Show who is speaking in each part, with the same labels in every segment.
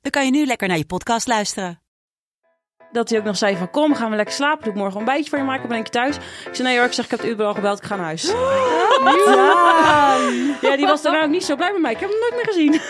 Speaker 1: dan kan je nu lekker naar je podcast luisteren.
Speaker 2: Dat hij ook nog zei van kom, gaan we lekker slapen. Doe ik morgen een ontbijtje voor je maken. Ben ik thuis. Ik zei nee hoor, ik zeg ik heb het Uber al gebeld. Ik ga naar huis. Ja. ja, die was daarna ook niet zo blij met mij. Ik heb hem nooit meer gezien.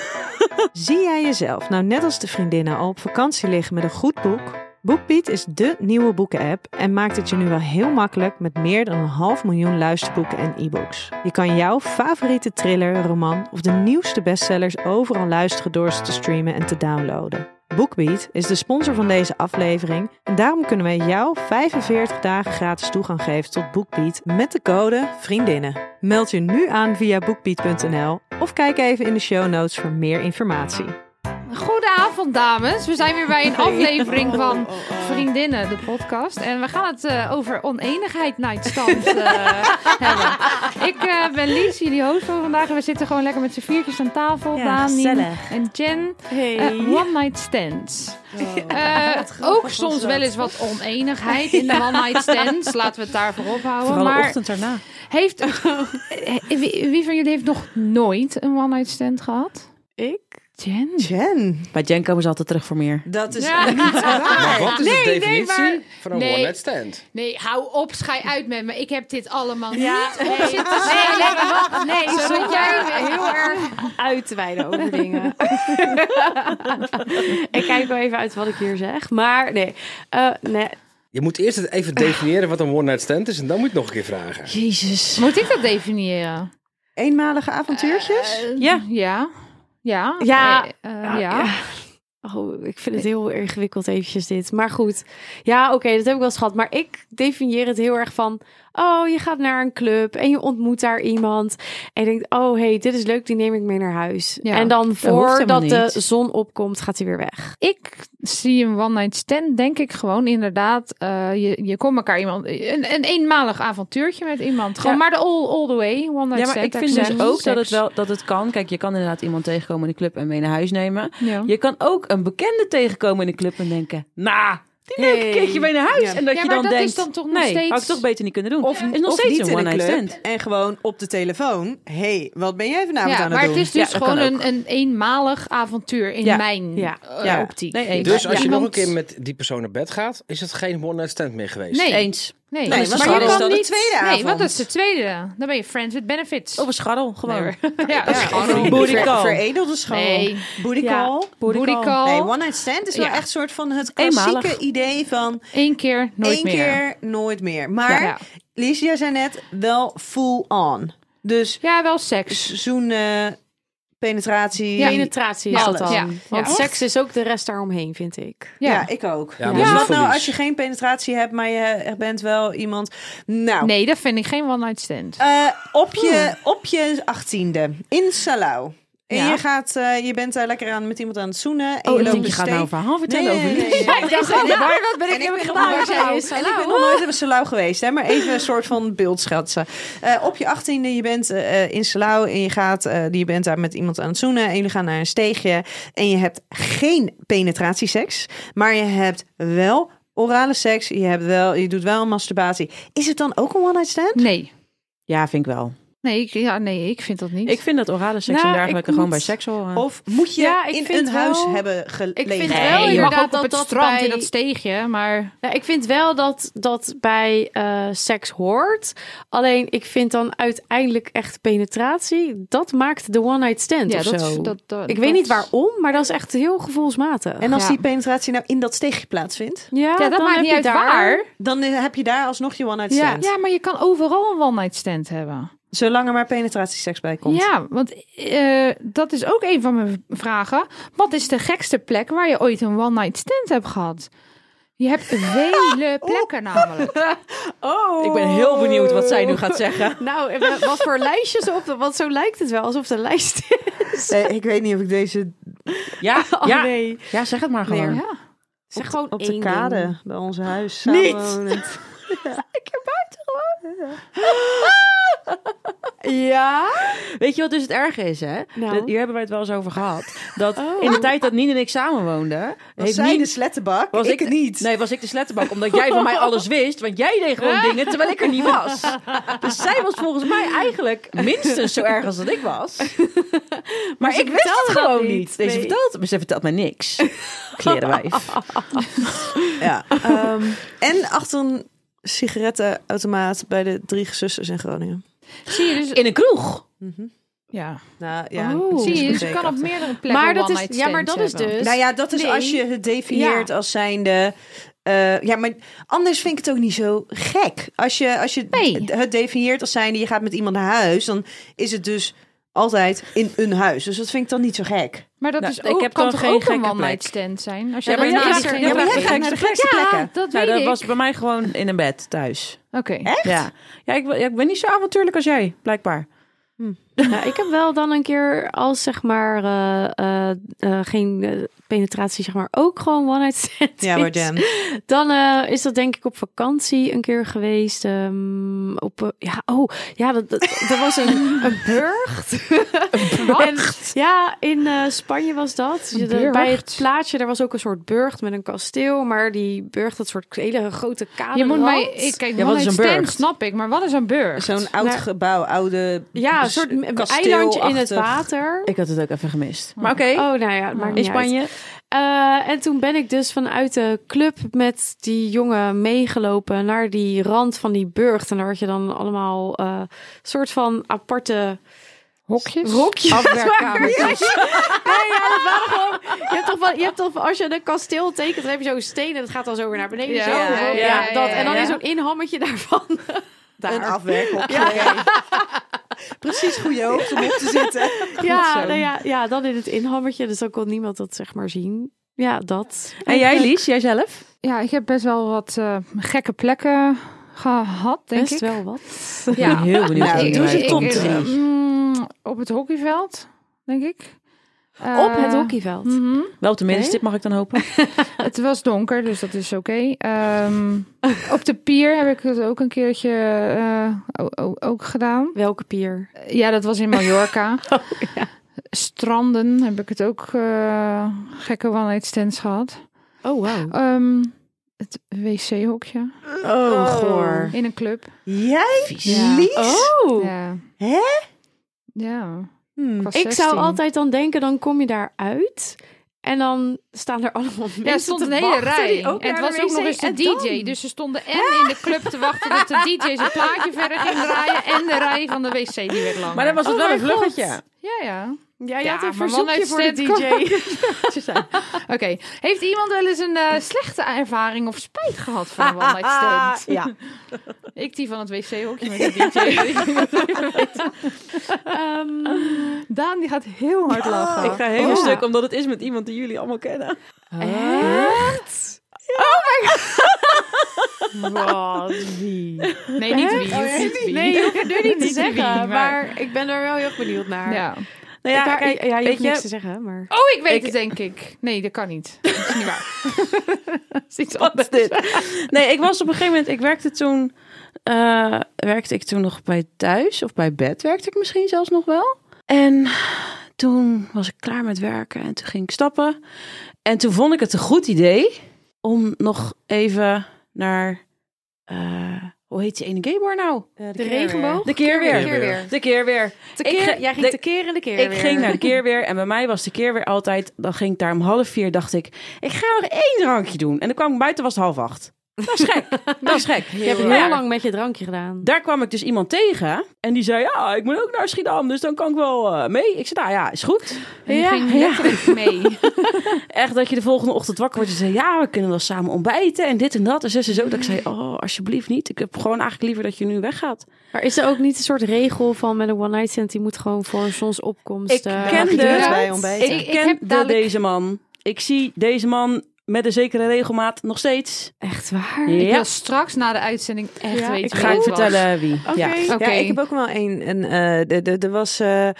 Speaker 3: Zie jij jezelf nou net als de vriendinnen al op vakantie liggen met een goed boek? BoekBeat is dé nieuwe boeken-app en maakt het je nu wel heel makkelijk met meer dan een half miljoen luisterboeken en e-books. Je kan jouw favoriete thriller, roman of de nieuwste bestsellers overal luisteren door ze te streamen en te downloaden. BookBeat is de sponsor van deze aflevering en daarom kunnen wij jou 45 dagen gratis toegang geven tot BookBeat met de code VRIENDINNEN. Meld je nu aan via bookbeat.nl of kijk even in de show notes voor meer informatie.
Speaker 4: Goedenavond, dames. We zijn weer bij een aflevering
Speaker 1: Oh,
Speaker 4: van Vriendinnen, de podcast. En we gaan het eh, over oneenigheid nightstand eh, hebben. Ik eh, ben Lies, jullie host van vandaag. En we zitten gewoon lekker met z'n viertjes aan tafel.
Speaker 1: Ja,
Speaker 4: Daan, Nien
Speaker 1: gezellig.
Speaker 4: en Jen. Eh, one night stands. Eh, ook soms wel eens wat oneenigheid in de one night stands. Laten we het daarvoor ophouden. maar
Speaker 2: daarna.
Speaker 4: heeft, eh, wie, wie van jullie heeft nog nooit een one night stand gehad?
Speaker 3: Ik?
Speaker 4: Jen?
Speaker 3: Jen.
Speaker 2: Bij Jen komen ze altijd terug voor meer.
Speaker 3: Dat is
Speaker 4: Ja.
Speaker 5: Maar wat is
Speaker 4: Nee,
Speaker 5: de
Speaker 4: nee,
Speaker 5: definitie
Speaker 4: maar-
Speaker 5: van een
Speaker 4: Nee.
Speaker 5: one-night stand?
Speaker 4: Nee, hou op, schij uit met me. Ik heb dit allemaal niet op
Speaker 6: Nee,
Speaker 4: zitten schrijven.
Speaker 6: nee,
Speaker 4: Zodat
Speaker 6: zonder
Speaker 4: jij-
Speaker 6: heel erg uit te wijden over dingen. ik kijk wel even uit wat ik hier zeg. Maar nee. Eh, nee.
Speaker 5: Je moet eerst het even definiëren wat een one-night stand is en dan moet je het nog een keer vragen.
Speaker 3: Jezus.
Speaker 4: Moet ik dat definiëren?
Speaker 3: Eenmalige avontuurtjes?
Speaker 4: ja. Ja. Ja.
Speaker 6: Ja.
Speaker 4: Eh, eh,
Speaker 2: Ah,
Speaker 4: ja.
Speaker 6: Oh, ik vind het heel ingewikkeld eventjes dit. Maar goed. Ja, oké, dat heb ik wel eens gehad. Maar ik definieer het heel erg van... Oh, je gaat naar een club en je ontmoet daar iemand. En je denkt, oh hey, dit is leuk, die neem ik mee naar huis.
Speaker 4: Ja,
Speaker 6: en dan
Speaker 2: hoeft
Speaker 6: voordat
Speaker 2: helemaal
Speaker 6: de
Speaker 2: niet.
Speaker 6: zon opkomt, gaat hij weer weg.
Speaker 4: Ik zie een one-night stand, denk ik gewoon inderdaad. eh, je, je komt elkaar iemand... Een, een eenmalig avontuurtje met iemand. Gewoon
Speaker 2: Ja.
Speaker 4: maar de all, all the way one-night
Speaker 2: Ja,
Speaker 4: stand.
Speaker 2: maar ik
Speaker 4: daar
Speaker 2: vind
Speaker 4: zijn
Speaker 2: dus
Speaker 4: we
Speaker 2: ook dat het
Speaker 4: seks.
Speaker 2: wel dat het kan. Kijk, je kan inderdaad iemand tegenkomen in de club en mee naar huis nemen.
Speaker 4: Ja.
Speaker 2: Je kan ook een bekende tegenkomen in de club en denken, nou, die neem ik een
Speaker 3: Hey.
Speaker 2: keertje mee naar huis.
Speaker 3: Ja.
Speaker 2: En dat
Speaker 4: Ja,
Speaker 2: je
Speaker 4: maar
Speaker 2: dan
Speaker 4: dat is
Speaker 2: denkt,
Speaker 4: dan toch nog
Speaker 2: nee,
Speaker 4: steeds-
Speaker 2: had ik toch beter niet kunnen doen.
Speaker 3: Of,
Speaker 2: is nog
Speaker 3: of
Speaker 2: steeds
Speaker 3: niet
Speaker 2: een
Speaker 3: in de
Speaker 2: one-night
Speaker 3: club
Speaker 2: stand.
Speaker 3: en gewoon op de telefoon. Hé, hey, wat ben jij vanavond
Speaker 4: Ja,
Speaker 3: aan het
Speaker 4: maar
Speaker 3: doen?
Speaker 4: het is dus
Speaker 2: Ja, dat
Speaker 4: gewoon
Speaker 2: kan
Speaker 4: een, een eenmalig avontuur in
Speaker 2: Ja.
Speaker 4: mijn
Speaker 6: Ja.
Speaker 4: eh,
Speaker 3: Ja.
Speaker 4: optiek.
Speaker 2: Nee, eens.
Speaker 5: Dus als je
Speaker 4: Ja.
Speaker 5: nog een
Speaker 4: Want-
Speaker 5: keer met die persoon naar bed gaat, is het geen one-night stand meer geweest.
Speaker 4: Nee.
Speaker 2: Eens.
Speaker 4: Nee,
Speaker 3: Nee,
Speaker 2: maar
Speaker 4: maar
Speaker 2: dan
Speaker 4: je
Speaker 2: is
Speaker 4: kan
Speaker 2: dat
Speaker 3: de
Speaker 4: niet...
Speaker 3: tweede
Speaker 4: Nee,
Speaker 3: avond.
Speaker 4: want dat is de tweede. Dan ben je friends with benefits.
Speaker 2: Op een scharrel, gewoon.
Speaker 4: Nee, hoor. ja, ja.
Speaker 2: Een booty
Speaker 3: Ver-
Speaker 2: call.
Speaker 3: Veredelde school.
Speaker 4: Nee.
Speaker 3: Booty
Speaker 6: Ja.
Speaker 3: call.
Speaker 4: Booty call.
Speaker 3: Nee, one night stand is wel
Speaker 4: Ja.
Speaker 3: echt soort van het klassieke
Speaker 2: Eenmalig.
Speaker 3: idee van
Speaker 4: Eén keer, nooit
Speaker 3: één
Speaker 4: meer.
Speaker 3: keer, nooit meer. Maar
Speaker 4: Ja.
Speaker 3: Lies, jij zei net wel full on. Dus
Speaker 4: Ja, wel seks.
Speaker 3: zoenen, penetratie.
Speaker 4: Ja.
Speaker 6: Penetratie is
Speaker 4: Ja,
Speaker 6: dat dan.
Speaker 4: ja.
Speaker 6: Want
Speaker 4: Ja.
Speaker 6: seks is ook de rest daaromheen, vind ik.
Speaker 3: Ja,
Speaker 4: Ja.
Speaker 3: ik ook.
Speaker 5: Ja, maar
Speaker 3: Dus
Speaker 5: dat is
Speaker 3: wat
Speaker 5: voor
Speaker 3: nou
Speaker 5: Lies.
Speaker 3: als je geen penetratie hebt, maar je bent wel iemand... Nou,
Speaker 4: Nee, dat vind ik geen one-night stand.
Speaker 3: Eh, op, je, op je achttiende in Salau. En
Speaker 4: Ja.
Speaker 3: je, gaat, eh, je bent daar lekker aan met iemand aan het zoenen. En
Speaker 2: Oh,
Speaker 3: je
Speaker 2: ik
Speaker 3: loopt
Speaker 2: denk, je
Speaker 3: een
Speaker 2: gaat
Speaker 3: steek-
Speaker 2: nou een verhaal vertellen
Speaker 3: Nee,
Speaker 2: over
Speaker 3: nee,
Speaker 2: Lies.
Speaker 3: nee, nee.
Speaker 6: dacht echt, maar wat ben
Speaker 3: En ik ben
Speaker 6: gedaan?
Speaker 3: nog-
Speaker 6: Waar zij is.
Speaker 3: En ik ben nog nooit in Salau geweest, hè, maar even een soort van beeld schetsen. Eh, op je achttiende, je bent eh, eh, in Salau en je, gaat, eh, je bent daar met iemand aan het zoenen. En jullie gaan naar een steegje en je hebt geen penetratieseks. Maar je hebt wel orale seks, je, hebt wel, je doet wel masturbatie. Is het dan ook een one-night stand?
Speaker 4: Nee.
Speaker 2: Ja, vind ik wel.
Speaker 4: Nee ik, ja, nee, ik vind dat niet.
Speaker 2: Ik vind dat orale seks
Speaker 6: Nou,
Speaker 2: en dergelijke
Speaker 6: ik
Speaker 2: gewoon
Speaker 6: moet-
Speaker 2: bij seks horen.
Speaker 3: Of moet je
Speaker 6: Ja, ik
Speaker 3: in
Speaker 6: vind
Speaker 3: een huis
Speaker 6: wel-
Speaker 3: hebben gelegen?
Speaker 6: Ik vind
Speaker 4: nee,
Speaker 6: wel
Speaker 4: je mag
Speaker 6: inderdaad
Speaker 4: ook op
Speaker 6: dat
Speaker 4: het
Speaker 6: dat
Speaker 4: strand
Speaker 6: bij-
Speaker 4: in dat steegje, maar...
Speaker 6: Nou, ik vind wel dat dat bij eh, seks hoort. Alleen ik vind dan uiteindelijk echt penetratie. Dat maakt de one-night stand
Speaker 4: Ja,
Speaker 6: of
Speaker 4: dat-
Speaker 6: zo.
Speaker 4: dat- dat-
Speaker 6: ik
Speaker 4: dat-
Speaker 6: weet niet waarom, maar dat is echt heel gevoelsmatig.
Speaker 3: En als
Speaker 4: Ja.
Speaker 3: die penetratie nou in dat steegje plaatsvindt,
Speaker 6: ja,
Speaker 4: Ja, dat
Speaker 6: dan
Speaker 4: maakt
Speaker 6: heb
Speaker 4: niet
Speaker 6: je
Speaker 4: uit
Speaker 6: daar-
Speaker 4: waar.
Speaker 3: dan heb je daar alsnog je one-night
Speaker 6: Ja.
Speaker 3: stand.
Speaker 4: Ja, maar je kan overal een one-night stand hebben.
Speaker 3: Zolang er maar penetratieseks bij komt.
Speaker 4: Ja, want eh, dat is ook een van mijn vragen. Wat is de gekste plek waar je ooit een one-night stand hebt gehad? Je hebt vele plekken namelijk.
Speaker 6: Oh.
Speaker 2: Ik ben heel benieuwd wat zij nu gaat zeggen.
Speaker 6: Nou, eh, wat voor lijstjes op. de- Want zo lijkt het wel alsof de lijst is. Jezus.
Speaker 3: Nee, ik weet niet of ik deze...
Speaker 2: Ja,
Speaker 6: Oh,
Speaker 2: ja.
Speaker 6: nee.
Speaker 2: ja, zeg het maar gewoon.
Speaker 3: Nee.
Speaker 4: Ja.
Speaker 6: Zeg
Speaker 3: op,
Speaker 6: gewoon
Speaker 3: op de
Speaker 6: één
Speaker 3: kade
Speaker 6: ding.
Speaker 3: bij ons huis.
Speaker 6: Niet!
Speaker 3: Lekker buiten gewoon.
Speaker 6: Ja?
Speaker 2: Weet je wat dus het erg is, hè?
Speaker 6: Nou.
Speaker 2: Dat- hier hebben wij het wel eens over gehad. Dat in de tijd dat Nien en ik samen woonden...
Speaker 3: Was
Speaker 2: heeft
Speaker 3: zij
Speaker 2: Nien-
Speaker 3: de slettenbak? Was ik, het
Speaker 2: de-
Speaker 3: niet.
Speaker 2: Nee, was ik de slettenbak. Omdat jij van mij alles wist. Want jij deed gewoon dingen terwijl ik er niet was. Dus zij was volgens mij eigenlijk minstens zo erg als dat ik was. Maar, ik wist het
Speaker 6: dat
Speaker 2: gewoon
Speaker 6: niet.
Speaker 2: niet. Deze
Speaker 6: Nee.
Speaker 2: vertelt, maar ze vertelt mij niks. Klerenwijf.
Speaker 3: Ja. ehm, en achter een sigarettenautomaat bij de drie zusters in Groningen.
Speaker 4: Zie je dus...
Speaker 2: In een kroeg.
Speaker 4: Ja.
Speaker 3: Nou ja,
Speaker 6: ja, Oh. precies,
Speaker 4: Zie je, dus
Speaker 3: ze
Speaker 4: je kan op meerdere plekken
Speaker 6: Maar dat
Speaker 4: one
Speaker 6: is,
Speaker 4: night
Speaker 6: ja, maar dat
Speaker 4: stands
Speaker 6: is
Speaker 4: hebben.
Speaker 6: dus...
Speaker 3: Nou ja, dat is
Speaker 6: Nee.
Speaker 3: als je het definieert
Speaker 6: Ja.
Speaker 3: als zijnde. eh, ja, maar anders vind ik het ook niet zo gek. Als je, als je
Speaker 4: Nee.
Speaker 3: d- het definieert als zijnde, je gaat met iemand naar huis, dan is het dus altijd in een huis. Dus dat vind ik dan niet zo gek.
Speaker 4: Maar dat
Speaker 2: Nou,
Speaker 4: is
Speaker 2: ik
Speaker 4: ook,
Speaker 2: heb
Speaker 4: kan
Speaker 2: dan
Speaker 4: toch
Speaker 2: geen
Speaker 4: ook een
Speaker 2: gekke
Speaker 4: one night
Speaker 2: plek.
Speaker 4: stand zijn? Als je
Speaker 2: Ja, maar
Speaker 4: daarnaast
Speaker 2: jij
Speaker 4: er
Speaker 2: gaat-
Speaker 4: geen
Speaker 2: ja, maar jij
Speaker 4: plek
Speaker 2: gaat
Speaker 4: is.
Speaker 2: naar de gekste
Speaker 4: Ja,
Speaker 3: plekken.
Speaker 4: dat
Speaker 2: Nou, dat
Speaker 4: weet
Speaker 2: was
Speaker 4: ik.
Speaker 2: bij mij gewoon in een bed thuis.
Speaker 4: Oké.
Speaker 2: Ja. Ja, ik, ja, ik ben niet zo avontuurlijk als jij, blijkbaar.
Speaker 6: Ja, Nou, ik heb wel dan een keer als zeg maar eh, eh, eh, geen eh, penetratie, zeg maar ook gewoon one night stand.
Speaker 3: Ja, maar
Speaker 6: is.
Speaker 3: Dan.
Speaker 6: Dan eh, is dat denk ik op vakantie een keer geweest. ehm, op, eh, ja, oh, ja, dat, dat, er was een, een burcht. En, ja, in eh, Spanje was dat. Je- de- bij het
Speaker 4: burcht?
Speaker 6: plaatje, daar was ook een soort burcht met een kasteel. Maar die burcht, dat soort hele grote kader.
Speaker 4: Je moet mij... Ik, kijk,
Speaker 2: Ja,
Speaker 4: one
Speaker 2: wat is
Speaker 4: night
Speaker 2: een
Speaker 4: stand
Speaker 2: burcht?
Speaker 4: snap ik, maar wat is een burg?
Speaker 3: Zo'n oud
Speaker 6: Maar-
Speaker 3: gebouw, oude.
Speaker 6: Ja, een
Speaker 3: dus
Speaker 6: soort m-
Speaker 3: kasteelachtig.
Speaker 6: eilandje in het water.
Speaker 2: Ik had het ook even gemist. Maar oké,
Speaker 6: Oh, nou ja, het maakt
Speaker 2: in
Speaker 6: niet uit.
Speaker 2: Spanje.
Speaker 6: Eh, en toen ben ik dus vanuit de club met die jongen meegelopen naar die rand van die burcht. En daar had je dan allemaal eh soort van aparte
Speaker 4: Hokjes?
Speaker 6: rokjes.
Speaker 2: Afwerkkamertjes.
Speaker 6: Ja, ja, dat waren gewoon. Je hebt toch wel, je hebt toch, als je een kasteel tekent, dan heb je zo'n steen en dat gaat dan zo weer naar beneden.
Speaker 4: Ja,
Speaker 6: zo,
Speaker 4: ja,
Speaker 6: ja,
Speaker 4: ja, ja,
Speaker 6: dat. En dan
Speaker 4: ja.
Speaker 6: is zo'n inhammetje daarvan.
Speaker 3: Een afwerkhokje. Precies goede hoogte om op te zitten.
Speaker 6: ja,
Speaker 2: zo.
Speaker 6: nou ja, ja, dan in het inhammetje. Dus dan kon niemand dat zeg maar zien. Ja, dat.
Speaker 2: En jij, Lies, jijzelf?
Speaker 4: Ja, ik heb best wel wat eh, gekke plekken gehad, denk
Speaker 6: Best
Speaker 4: ik.
Speaker 6: wel wat.
Speaker 4: Ja.
Speaker 2: heel benieuwd.
Speaker 3: Nou,
Speaker 2: hoe
Speaker 3: doe
Speaker 2: het
Speaker 3: ze
Speaker 2: eruit
Speaker 3: top
Speaker 2: komt.
Speaker 4: ik, eh,
Speaker 3: drie.
Speaker 4: mm, op het hockeyveld, denk ik.
Speaker 6: Op
Speaker 4: Eh,
Speaker 6: het hockeyveld.
Speaker 4: mhm.
Speaker 2: Wel op de middenstip mag ik dan hopen.
Speaker 4: Het was donker, dus dat is oké. Ehm, op de pier heb ik het ook een keertje eh, o- o- ook gedaan.
Speaker 6: Welke pier?
Speaker 4: Ja, dat was in Mallorca.
Speaker 6: Oh,
Speaker 4: Stranden heb ik het ook eh, gekke one-night stands gehad.
Speaker 6: Oh, wow.
Speaker 4: Ehm, het wc-hokje
Speaker 3: Oh,
Speaker 6: goor.
Speaker 4: in een club.
Speaker 3: Jij?
Speaker 6: Ja.
Speaker 3: Lies?
Speaker 6: Oh.
Speaker 4: Ja.
Speaker 3: Hè?
Speaker 4: Ja.
Speaker 3: Hmm.
Speaker 4: was
Speaker 6: Ik zou
Speaker 4: 16.
Speaker 6: altijd dan denken, dan kom je daar uit. En dan staan er allemaal mensen
Speaker 4: Ja, er stond
Speaker 6: te
Speaker 4: een hele
Speaker 6: wachten
Speaker 4: rij.
Speaker 6: die
Speaker 4: En het
Speaker 6: naar de
Speaker 4: was ook nog
Speaker 6: wc
Speaker 4: eens de
Speaker 6: en
Speaker 4: DJ.
Speaker 6: dan.
Speaker 4: Dus ze stonden en in de club te wachten dat de DJ zijn plaatje verder ging draaien. En de rij van de wc die werd langer.
Speaker 2: Maar dan was het
Speaker 6: Oh
Speaker 2: wel een
Speaker 6: mijn God.
Speaker 2: vluggetje.
Speaker 4: Ja, ja.
Speaker 6: Ja, je
Speaker 4: Ja,
Speaker 6: had een
Speaker 4: maar man
Speaker 6: verzoekje
Speaker 4: uit
Speaker 6: voor de
Speaker 4: Stedtkamp.
Speaker 6: DJ.
Speaker 4: Oké. Heeft iemand wel eens een eh, slechte ervaring of spijt gehad van een one night stand?
Speaker 3: Ja.
Speaker 4: Ik die van het wc-hokje met de DJ.
Speaker 6: Ehm,
Speaker 4: Daan die gaat heel hard lachen. Oh.
Speaker 2: Ik ga heel
Speaker 6: Ja.
Speaker 2: stuk, omdat het is met iemand die jullie allemaal kennen.
Speaker 6: echt? Oh my god. Wat wie?
Speaker 4: Nee, niet wie.
Speaker 6: Oh, Echt?
Speaker 4: niet wie.
Speaker 6: Nee, je hoeft het nu niet te
Speaker 4: Niet
Speaker 6: zeggen.
Speaker 4: wie, maar-
Speaker 6: maar... ik ben er wel heel erg benieuwd naar.
Speaker 4: Ja.
Speaker 2: Nou
Speaker 6: Daar-
Speaker 2: kijk,
Speaker 6: ja je
Speaker 2: weet
Speaker 6: hoeft niks te zeggen, maar... eh,
Speaker 4: Oh, ik weet
Speaker 2: Ik-
Speaker 4: het denk ik. Nee, dat kan niet. Dat is niet waar. dat is iets
Speaker 2: Wat
Speaker 4: anders.
Speaker 2: is dit? Nee, ik was op een gegeven moment, ik werkte toen, eh, werkte ik toen nog bij thuis of bij bed, werkte ik misschien zelfs nog wel. En toen was ik klaar met werken en toen ging ik stappen. En toen vond ik het een goed idee om nog even naar, eh, hoe heet die ene gaybar nou?
Speaker 6: De regenboog?
Speaker 2: De keer
Speaker 6: De
Speaker 2: weer.
Speaker 6: keer weer.
Speaker 2: De keer weer.
Speaker 6: Te
Speaker 2: Ik
Speaker 6: keer,
Speaker 2: ge-
Speaker 6: jij ging
Speaker 2: de-
Speaker 6: te keer en de keer
Speaker 2: Ik
Speaker 6: weer.
Speaker 2: ging naar de keerweer en bij mij was de keerweer altijd. Dan ging ik daar om half vier, dacht ik, ik ga nog één drankje doen. En dan kwam ik buiten, was het half acht. Dat is gek. Dat is gek.
Speaker 6: Je hebt heel
Speaker 2: Maar ja,
Speaker 6: lang met je drankje gedaan.
Speaker 2: Daar kwam ik dus iemand tegen en die zei, ja, ik moet ook naar Schiedam, dus dan kan ik wel eh, mee. Ik zei, nou ja, is goed.
Speaker 4: En die
Speaker 2: Ja,
Speaker 4: ging
Speaker 2: ja.
Speaker 4: letterlijk mee.
Speaker 2: Echt dat je de volgende ochtend wakker wordt en zei, ja, we kunnen wel samen ontbijten en dit en dat. En zus en zo. Dat ik zei, oh, alsjeblieft niet. Ik heb gewoon eigenlijk liever dat je nu weggaat.
Speaker 6: Maar is er ook niet een soort regel van met een one night stand die moet gewoon voor zonsopkomst?
Speaker 2: Ik
Speaker 6: eh,
Speaker 2: ken
Speaker 6: mag je
Speaker 2: de-
Speaker 6: eruit?
Speaker 3: bij
Speaker 4: Ik-
Speaker 3: ontbijten.
Speaker 2: Ik,
Speaker 4: ik
Speaker 2: ken
Speaker 4: heb
Speaker 2: wel
Speaker 4: dadelijk-
Speaker 2: deze man. Ik zie deze man met een zekere regelmaat nog steeds.
Speaker 6: Echt waar?
Speaker 2: Ja.
Speaker 4: Ik wil straks na de uitzending echt
Speaker 6: Ja,
Speaker 4: weten
Speaker 2: Ik
Speaker 4: wie
Speaker 2: ga je
Speaker 4: het was.
Speaker 2: vertellen wie.
Speaker 3: Oké.
Speaker 2: Ja.
Speaker 3: Ja.
Speaker 4: Oké.
Speaker 3: ik heb ook wel een. een eh, de- de- Er was. eh, eh,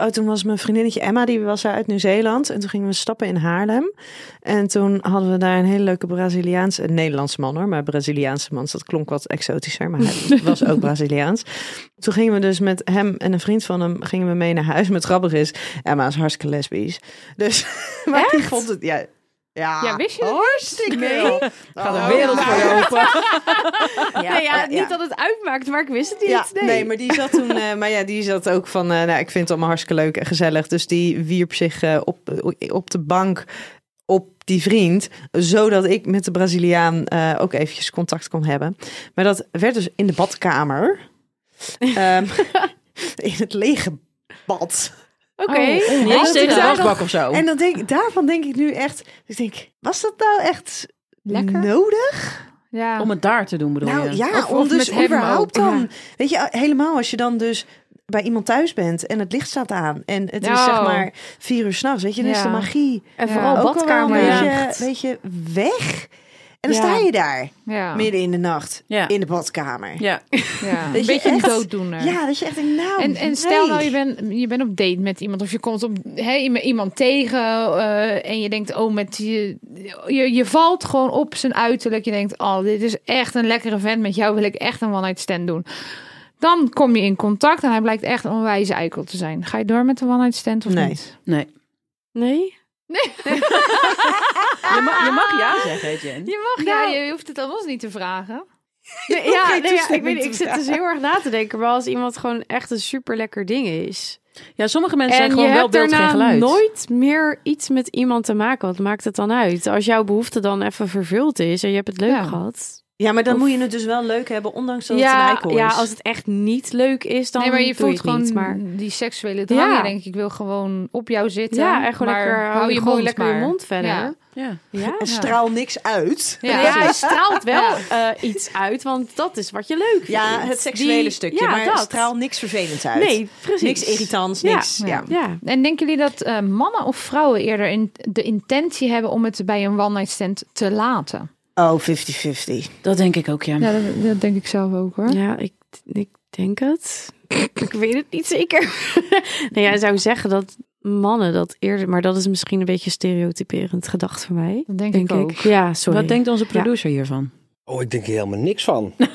Speaker 3: oh, toen was mijn vriendinnetje Emma, die was uit Nieuw-Zeeland. En toen gingen we stappen in Haarlem. En toen hadden we daar een hele leuke Braziliaanse. Een Nederlandse man hoor, maar Braziliaanse man. dus Dat klonk wat exotischer, maar hij was ook Braziliaans. Toen gingen we dus met hem en een vriend van hem gingen we mee naar huis. Met grappig is, Emma is hartstikke lesbisch. Dus. Maar die vond het. Ja, ja.
Speaker 4: Ja, wist je dat?
Speaker 3: Hartstikke. joh.
Speaker 5: Gaat
Speaker 3: Oh,
Speaker 5: de wereld
Speaker 3: nou.
Speaker 5: voor je open.
Speaker 6: Nee,
Speaker 3: ja.
Speaker 6: ja, niet dat het uitmaakt, maar ik wist het niet.
Speaker 3: Ja,
Speaker 6: nee.
Speaker 3: nee. maar die zat toen. eh, maar ja, die zat ook van. eh, nou, ik vind het allemaal hartstikke leuk en gezellig. Dus die wierp zich eh, op, op de bank op die vriend. Zodat ik met de Braziliaan eh, ook eventjes contact kon hebben. Maar dat werd dus in de badkamer. Ehm, in het lege bad.
Speaker 6: Oké.
Speaker 2: Oh, Nee,
Speaker 6: dus
Speaker 4: Had
Speaker 2: tegen
Speaker 4: je
Speaker 2: de
Speaker 4: daar
Speaker 2: wasbak of zo.
Speaker 3: En dan denk, daarvan denk ik nu echt. Ik denk, was dat nou echt
Speaker 4: Lekker?
Speaker 3: nodig?
Speaker 4: Ja.
Speaker 2: Om het daar te doen bedoel
Speaker 3: Nou
Speaker 2: je?
Speaker 3: ja,
Speaker 4: Of-
Speaker 3: om
Speaker 4: of met
Speaker 3: dus
Speaker 4: hem
Speaker 3: überhaupt
Speaker 4: ook,
Speaker 3: dan.
Speaker 4: ja.
Speaker 3: Weet je, helemaal als je dan dus bij iemand thuis bent en het licht staat aan en het is
Speaker 4: Nou.
Speaker 3: zeg maar vier uur s'nachts, weet je, dan is de
Speaker 4: Ja.
Speaker 3: magie
Speaker 6: En
Speaker 4: Ja.
Speaker 6: vooral
Speaker 4: Oh,
Speaker 3: ook al wel een
Speaker 6: badkamer.
Speaker 3: beetje,
Speaker 6: Ja.
Speaker 3: weet je, weg. En dan
Speaker 6: Ja.
Speaker 3: sta je daar
Speaker 4: ja.
Speaker 3: midden in de nacht
Speaker 2: Ja.
Speaker 3: in de badkamer. Ja,
Speaker 2: Ja.
Speaker 4: ja.
Speaker 3: Weet
Speaker 4: Een
Speaker 3: je
Speaker 4: beetje een
Speaker 3: echt?
Speaker 4: dooddoener.
Speaker 3: dat je echt denkt, nou.
Speaker 6: Oh,
Speaker 4: En, en stel
Speaker 3: nee.
Speaker 4: nou, je bent, je bent op date met iemand of je komt op, hè, iem- iemand tegen eh, en je denkt, oh, met je, je, je valt gewoon op zijn uiterlijk. Je denkt, oh, dit is echt een lekkere vent, met jou wil ik echt een one-night stand doen. Dan kom je in contact en hij blijkt echt een onwijze eikel te zijn. Ga je door met de one-night stand of
Speaker 3: Nee.
Speaker 4: niet?
Speaker 2: Nee.
Speaker 6: Nee?
Speaker 2: Je mag, je mag ja zeggen, Etienne.
Speaker 4: Je mag, ja,
Speaker 6: Nou.
Speaker 4: je hoeft het aan ons niet te vragen.
Speaker 6: Ja, ja, nee, ja, ik,
Speaker 3: toestemming
Speaker 6: weet,
Speaker 3: te
Speaker 6: ik zit dus heel erg na te denken. Maar als iemand gewoon echt een super lekker ding is.
Speaker 2: Ja, sommige mensen
Speaker 6: en
Speaker 2: zijn
Speaker 6: je
Speaker 2: gewoon wel
Speaker 6: hebt
Speaker 2: beeld geen
Speaker 6: daarna
Speaker 2: geluid.
Speaker 6: nooit meer iets met iemand te maken. Wat maakt het dan uit? Als jouw behoefte dan even vervuld is en je hebt het leuk
Speaker 4: Ja.
Speaker 6: gehad.
Speaker 3: Ja, maar dan moet je het dus wel leuk hebben, ondanks dat het een
Speaker 6: ja,
Speaker 3: eikel is.
Speaker 6: ja, als het echt niet leuk is, dan
Speaker 4: nee, maar je
Speaker 6: doe je
Speaker 4: voelt
Speaker 6: het
Speaker 4: gewoon
Speaker 6: niet. Maar...
Speaker 4: die seksuele drang.
Speaker 6: Ja.
Speaker 4: Je denkt, ik wil gewoon op jou zitten.
Speaker 6: Ja, en gewoon
Speaker 4: maar
Speaker 6: lekker, hou je gewoon
Speaker 4: mond
Speaker 6: lekker je
Speaker 4: maar.
Speaker 6: mond verder.
Speaker 4: Ja.
Speaker 2: Ja.
Speaker 6: Ja.
Speaker 3: En straal niks uit.
Speaker 4: Ja,
Speaker 6: Ja, hij
Speaker 4: precies.
Speaker 6: straalt wel eh, iets uit, want dat is wat je leuk vindt.
Speaker 3: Ja, het seksuele
Speaker 6: Die-
Speaker 3: stukje,
Speaker 6: ja,
Speaker 3: maar
Speaker 6: dat.
Speaker 3: straal niks vervelends uit.
Speaker 6: Nee, precies.
Speaker 3: niks irritants,
Speaker 6: Ja.
Speaker 3: niks. Ja.
Speaker 6: Ja,
Speaker 4: En denken jullie dat eh, mannen of vrouwen eerder in, de intentie hebben om het bij een one-night stand te laten?
Speaker 3: Oh, 50-50.
Speaker 2: Dat denk ik ook, ja.
Speaker 4: Ja, dat, denk ik zelf ook hoor.
Speaker 6: ja ik, ik denk het. ik weet het niet zeker. nee, jij zou zeggen dat mannen dat eerder... Maar dat is misschien een beetje stereotyperend gedacht voor mij.
Speaker 4: Dat denk,
Speaker 6: Denk
Speaker 4: ik ook.
Speaker 6: ik. Ja, sorry.
Speaker 2: Wat denkt onze producer hiervan?
Speaker 5: Oh, ik denk hier helemaal niks van. Eh,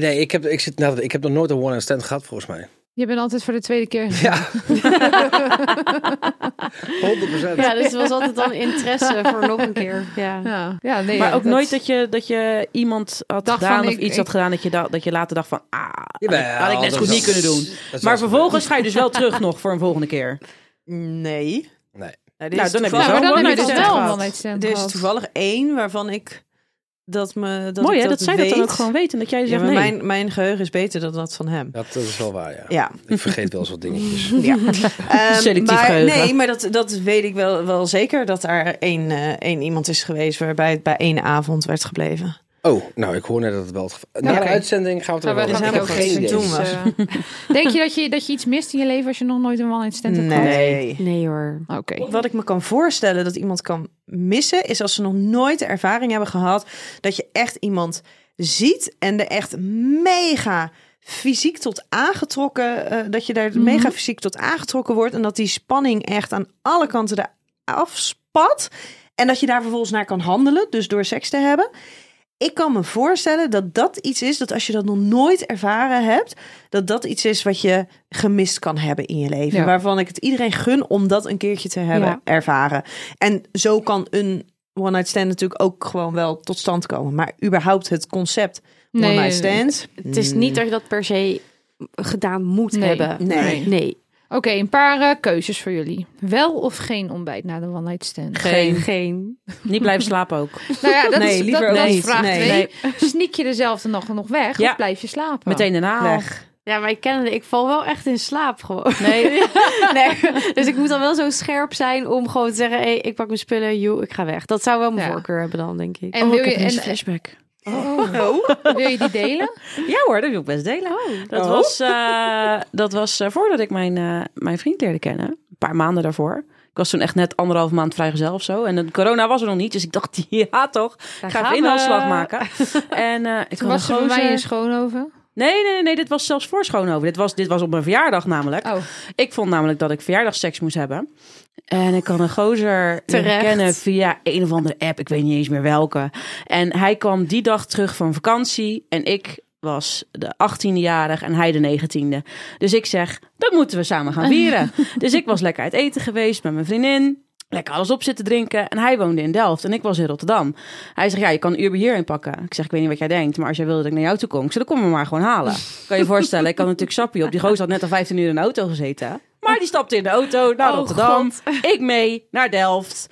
Speaker 5: Nee, ik heb, ik, zit, nou, ik heb nog nooit een one-night stand gehad, volgens mij.
Speaker 4: Je bent altijd voor de tweede keer.
Speaker 5: Ja. 100 procent.
Speaker 6: Ja, dus er was altijd dan interesse voor nog een keer. Ja.
Speaker 4: Ja, ja nee,
Speaker 2: Maar
Speaker 4: ja,
Speaker 2: ook
Speaker 4: dat-
Speaker 2: nooit dat je, dat je iemand had
Speaker 4: Dacht
Speaker 2: gedaan
Speaker 4: van,
Speaker 2: of
Speaker 4: ik-
Speaker 2: iets
Speaker 4: ik-
Speaker 2: had gedaan dat je, da- dat je later dacht van, ah, had ik- had ik net zo goed niet kunnen doen.
Speaker 5: Dat
Speaker 2: Maar
Speaker 5: zal
Speaker 2: vervolgens ga je dus wel terug nog voor een volgende keer.
Speaker 3: Nee.
Speaker 5: Nee.
Speaker 3: Nou,
Speaker 2: Nou, dan heb je
Speaker 4: Ja,
Speaker 2: Zo,
Speaker 4: maar dan
Speaker 2: one
Speaker 4: heb je
Speaker 2: night
Speaker 4: dus
Speaker 2: stand
Speaker 4: wel een
Speaker 2: gehad.
Speaker 4: one-night stand
Speaker 3: Er is
Speaker 4: gehad.
Speaker 3: toevallig één waarvan ik dat me dat
Speaker 2: Mooi
Speaker 3: ik
Speaker 2: hè, dat, zij dat dan
Speaker 3: weet.
Speaker 2: ook gewoon weten. Dat jij
Speaker 3: Ja,
Speaker 2: zegt
Speaker 3: maar
Speaker 2: nee.
Speaker 3: mijn, mijn geheugen is beter dan dat van hem.
Speaker 5: Dat, dat is wel waar, ja.
Speaker 3: Ja.
Speaker 5: Ik vergeet wel eens wat dingetjes.
Speaker 3: ja. Ehm,
Speaker 2: Selectief
Speaker 3: maar,
Speaker 2: geheugen.
Speaker 3: Nee, maar dat, dat weet ik wel, wel zeker. Dat er één, eh, één iemand is geweest waarbij het bij één avond werd gebleven.
Speaker 5: Oh, nou, ik hoor net dat het wel het geval... Na
Speaker 4: Oké.
Speaker 5: de uitzending gaan we het
Speaker 4: Ja,
Speaker 5: er wel
Speaker 4: we
Speaker 3: Dus
Speaker 5: over
Speaker 4: gaan
Speaker 5: hebben.
Speaker 3: helemaal
Speaker 4: het
Speaker 5: Ik
Speaker 4: ook
Speaker 5: heb
Speaker 3: geen
Speaker 4: geen
Speaker 5: geen
Speaker 3: doen
Speaker 5: idee.
Speaker 4: Dus,
Speaker 3: we.
Speaker 4: eh, denk je dat, je dat je iets mist in je leven als je nog nooit een one-night stand hebt gehad?
Speaker 3: Nee.
Speaker 6: Nee hoor.
Speaker 4: Oké.
Speaker 3: Wat ik me kan voorstellen dat iemand kan missen, is als ze nog nooit de ervaring hebben gehad dat je echt iemand ziet en er echt mega fysiek tot aangetrokken, eh, dat je daar mega fysiek tot aangetrokken wordt en dat die spanning echt aan alle kanten eraf afspat en dat je daar vervolgens naar kan handelen, dus door seks te hebben. Ik kan me voorstellen dat dat iets is dat als je dat nog nooit ervaren hebt, dat dat iets is wat je gemist kan hebben in je leven.
Speaker 4: Ja.
Speaker 3: Waarvan ik het iedereen gun om dat een keertje te hebben
Speaker 4: Ja.
Speaker 3: ervaren. En zo kan een one-night stand natuurlijk ook gewoon wel tot stand komen. Maar überhaupt het concept
Speaker 4: Nee,
Speaker 3: one-night
Speaker 4: nee, nee.
Speaker 3: stand.
Speaker 6: Het is niet dat je dat per se gedaan moet
Speaker 4: Nee.
Speaker 6: hebben.
Speaker 3: Nee.
Speaker 6: Nee.
Speaker 4: Oké, een paar eh, keuzes voor jullie. Wel of geen ontbijt na de one-night stand?
Speaker 2: Geen.
Speaker 6: Geen.
Speaker 2: Niet blijven slapen ook.
Speaker 4: Nou ja, dat
Speaker 3: Nee,
Speaker 4: is,
Speaker 3: liever
Speaker 4: dat,
Speaker 3: ook
Speaker 4: dat is
Speaker 3: niet.
Speaker 4: vraag
Speaker 3: Nee.
Speaker 4: twee. Sneak je dezelfde nog, nog weg
Speaker 2: Ja.
Speaker 4: of blijf je slapen?
Speaker 2: Meteen daarna. al.
Speaker 3: Weg.
Speaker 6: Ja, maar ik ken het. Ik val wel echt in slaap gewoon.
Speaker 2: Nee.
Speaker 6: Nee, dus ik moet dan wel zo scherp zijn om gewoon te zeggen... hey, ik pak mijn spullen, joe, ik ga weg. Dat zou wel mijn
Speaker 4: Ja.
Speaker 6: voorkeur hebben dan, denk ik. Oh.
Speaker 4: En wil je,
Speaker 2: een
Speaker 4: en,
Speaker 2: flashback.
Speaker 4: oh, wil je die delen?
Speaker 2: Ja hoor, dat wil ik best delen. Dat
Speaker 3: Oh.
Speaker 2: was, eh, dat was eh, voordat ik mijn, eh, mijn vriend leerde kennen. Een paar maanden daarvoor. Ik was toen echt net anderhalf maand vrijgezel of zo. En de corona was er nog niet. Dus ik dacht, ja toch, ik ga
Speaker 6: gaan
Speaker 2: even
Speaker 6: we.
Speaker 2: inhaalslag maken. En eh, ik
Speaker 4: Toen
Speaker 2: had
Speaker 4: was ze
Speaker 2: een
Speaker 4: bij mij
Speaker 2: gozer-
Speaker 4: in Schoonhoven.
Speaker 2: Nee, nee, nee, dit was zelfs voor Schoonhoven. Dit was, dit was op mijn verjaardag namelijk.
Speaker 4: Oh,
Speaker 2: Ik vond namelijk dat ik verjaardagsseks moest hebben. En ik kan een gozer leren
Speaker 6: Terecht.
Speaker 2: kennen via een of andere app. Ik weet niet eens meer welke. En hij kwam die dag terug van vakantie. En ik was de 18e-jarig en hij de 19e. Dus ik zeg, dat moeten we samen gaan vieren. dus ik was lekker uit eten geweest met mijn vriendin. Lekker alles op zitten drinken. En hij woonde in Delft en ik was in Rotterdam. Hij zegt, ja, je kan een Uber hierin pakken. Ik zeg, ik weet niet wat jij denkt, maar als jij wilde dat ik naar jou toe kom... Ik zeg, dan kom me maar gewoon halen. Kan je je voorstellen, ik had natuurlijk sappie op. Die gozer had net al 15 uur in de auto gezeten. Maar die stapte in de auto naar
Speaker 6: Oh,
Speaker 2: Rotterdam. Ik mee naar Delft.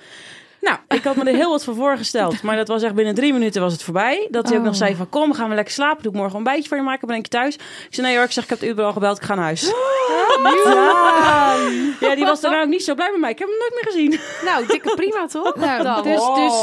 Speaker 2: Nou, ik had me er heel wat voor voorgesteld. Maar dat was echt binnen drie minuten was het voorbij. Dat hij ook nog zei van, kom, gaan we lekker slapen. Doe ik morgen ontbijtje voor je maken, ben ik thuis. Ik zei, nee hoor, ik zeg, ik heb de Uber al gebeld, ik ga naar huis. Ja, die was daarna ook niet zo blij met mij. Ik heb hem nooit meer gezien.
Speaker 6: Nou, dikke prima toch?
Speaker 4: nou, dus, dus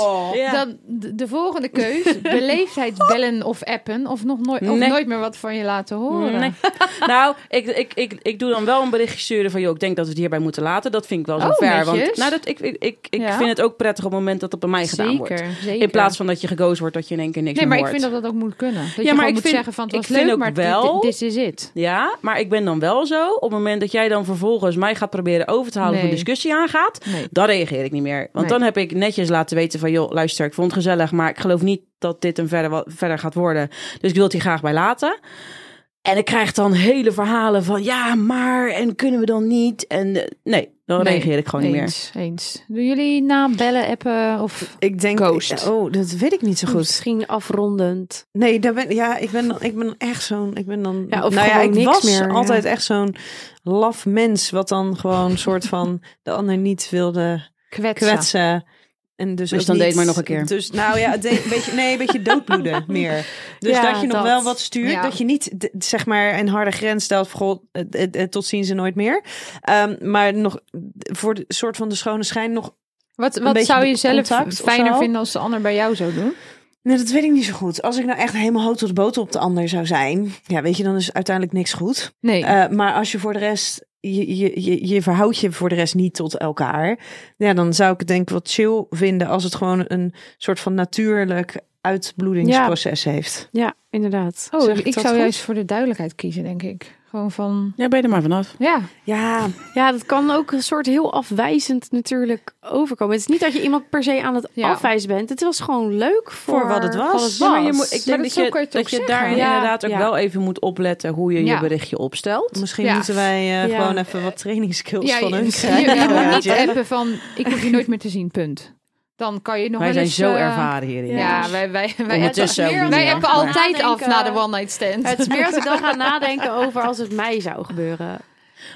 Speaker 2: Ja.
Speaker 4: dan de- de volgende keus, beleefdheid bellen of appen of nog nooit, of
Speaker 2: Nee.
Speaker 4: nooit meer wat van je laten horen.
Speaker 2: Nee. nou, ik, ik, ik, ik doe dan wel een berichtje sturen van... joh, ik denk dat we het hierbij moeten laten. Dat vind ik wel zo
Speaker 4: Oh,
Speaker 2: ver. Want,
Speaker 4: netjes.
Speaker 2: nou, dat, ik, ik, ik, ik
Speaker 4: Ja.
Speaker 2: vind het ook prettig op het moment dat het bij mij gedaan wordt.
Speaker 4: zeker, zeker.
Speaker 2: In plaats van dat je gekozen wordt dat je in één keer niks
Speaker 4: Nee,
Speaker 2: meer
Speaker 4: maar ik
Speaker 2: hoort.
Speaker 4: vind dat dat ook moet kunnen. Dat
Speaker 2: maar
Speaker 4: je gewoon
Speaker 2: ik
Speaker 4: moet
Speaker 2: vind-
Speaker 4: zeggen van het
Speaker 2: ik
Speaker 4: was
Speaker 2: vind
Speaker 4: leuk,
Speaker 2: ook
Speaker 4: maar
Speaker 2: wel-
Speaker 4: dit this is it.
Speaker 2: Ja, maar ik ben dan wel zo... op het moment dat jij dan vervolgens mij gaat proberen over te halen... of een
Speaker 4: Nee.
Speaker 2: discussie aangaat,
Speaker 4: Nee.
Speaker 2: dan reageer ik niet meer. Want
Speaker 4: Nee.
Speaker 2: dan heb ik netjes laten weten van... joh, luister, ik vond het gezellig, maar ik geloof niet dat dit een verder, wa- verder gaat worden. Dus ik wil het hier graag bij laten. En ik krijg dan hele verhalen van... ja, maar, en kunnen we dan niet? En eh, nee, dan
Speaker 4: Nee,
Speaker 2: reageer ik gewoon niet meer.
Speaker 4: eens, Eens. Doen jullie na bellen, appen of...
Speaker 3: Ik denk,
Speaker 4: Ghost.
Speaker 3: oh, dat weet ik niet zo goed.
Speaker 6: Misschien afrondend.
Speaker 3: Nee, daar ben, ja, ik ben, dan- ik ben echt zo'n, ik ben dan,
Speaker 6: Ja, of
Speaker 3: nou ja,
Speaker 6: gewoon
Speaker 3: ik
Speaker 6: niks
Speaker 3: was
Speaker 6: meer, ja.
Speaker 3: altijd echt zo'n laf mens, wat dan gewoon een soort van de ander niet wilde
Speaker 4: Kwetsen.
Speaker 3: kwetsen. En dus,
Speaker 2: Dus
Speaker 3: ook
Speaker 2: dan
Speaker 3: niet-
Speaker 2: deed het maar nog een keer.
Speaker 3: Dus nou ja, het deed een beetje, nee, een beetje doodbloeden meer. Dus
Speaker 6: Ja,
Speaker 3: dat je nog
Speaker 6: dat.
Speaker 3: wel wat stuurt.
Speaker 4: Ja.
Speaker 3: Dat je niet d- zeg maar een harde grens stelt. Voor, goh, eh, eh, eh, tot zien ze nooit meer. Ehm, maar nog voor de soort van de schone schijn nog.
Speaker 4: Wat,
Speaker 3: beetje
Speaker 4: wat zou je zelf
Speaker 3: contact of
Speaker 4: fijner
Speaker 3: zo?
Speaker 4: vinden als de ander bij jou zou doen?
Speaker 3: Nee, nou, dat weet ik niet zo goed. Als ik nou echt helemaal hoog tot de boter op de ander zou zijn. Ja, weet je, dan is uiteindelijk niks goed.
Speaker 4: Nee.
Speaker 3: Eh, maar als je voor de rest. Je, je, je, je verhoudt je voor de rest niet tot elkaar. Ja, dan zou ik het denk ik wat chill vinden als het gewoon een soort van natuurlijk uitbloedingsproces heeft.
Speaker 6: Ja, inderdaad.
Speaker 4: oh,
Speaker 6: Zeg
Speaker 4: ik,
Speaker 6: ik dat
Speaker 4: zou
Speaker 6: goed?
Speaker 4: juist voor de duidelijkheid kiezen, denk ik. Gewoon van...
Speaker 2: Ja, ben je er maar vanaf.
Speaker 4: Ja,
Speaker 3: Ja,
Speaker 6: Ja, dat kan ook een soort heel afwijzend natuurlijk overkomen. Het is niet dat je iemand per se aan het
Speaker 4: Ja.
Speaker 6: afwijzen bent. Het was gewoon leuk voor,
Speaker 3: Voor wat
Speaker 4: Eh,
Speaker 3: het was.
Speaker 2: Ja, maar je moet,
Speaker 6: was.
Speaker 2: ik denk
Speaker 4: dat
Speaker 2: dat,
Speaker 4: zo
Speaker 2: je,
Speaker 4: kan je het
Speaker 2: dat
Speaker 4: ook
Speaker 2: je
Speaker 4: zeggen.
Speaker 2: daar
Speaker 6: Ja,
Speaker 2: inderdaad ook
Speaker 6: ja.
Speaker 2: wel even moet opletten hoe je je
Speaker 4: Ja.
Speaker 2: berichtje opstelt.
Speaker 3: Misschien
Speaker 4: Ja.
Speaker 3: moeten wij eh,
Speaker 6: Ja.
Speaker 3: gewoon even wat trainingsskills
Speaker 4: ja,
Speaker 3: van
Speaker 4: je,
Speaker 3: hun
Speaker 4: je-
Speaker 3: krijgen.
Speaker 4: je moet niet
Speaker 3: Ja.
Speaker 4: appen van ik hoef je nooit meer te zien, punt. Dan kan je nog
Speaker 2: wij
Speaker 4: wel
Speaker 2: zijn
Speaker 4: eens...
Speaker 2: zo
Speaker 4: eh,
Speaker 2: ervaren hierin.
Speaker 4: Ja, wij, wij, wij,
Speaker 2: Ondertussen ook
Speaker 4: appen,
Speaker 2: niet
Speaker 4: wij
Speaker 2: meer.
Speaker 4: appen
Speaker 6: Maar-
Speaker 4: altijd af na de
Speaker 6: Nadenken.
Speaker 4: one night stand.
Speaker 6: eh, Het is meer als ik dan ga nadenken over als het mij zou gebeuren.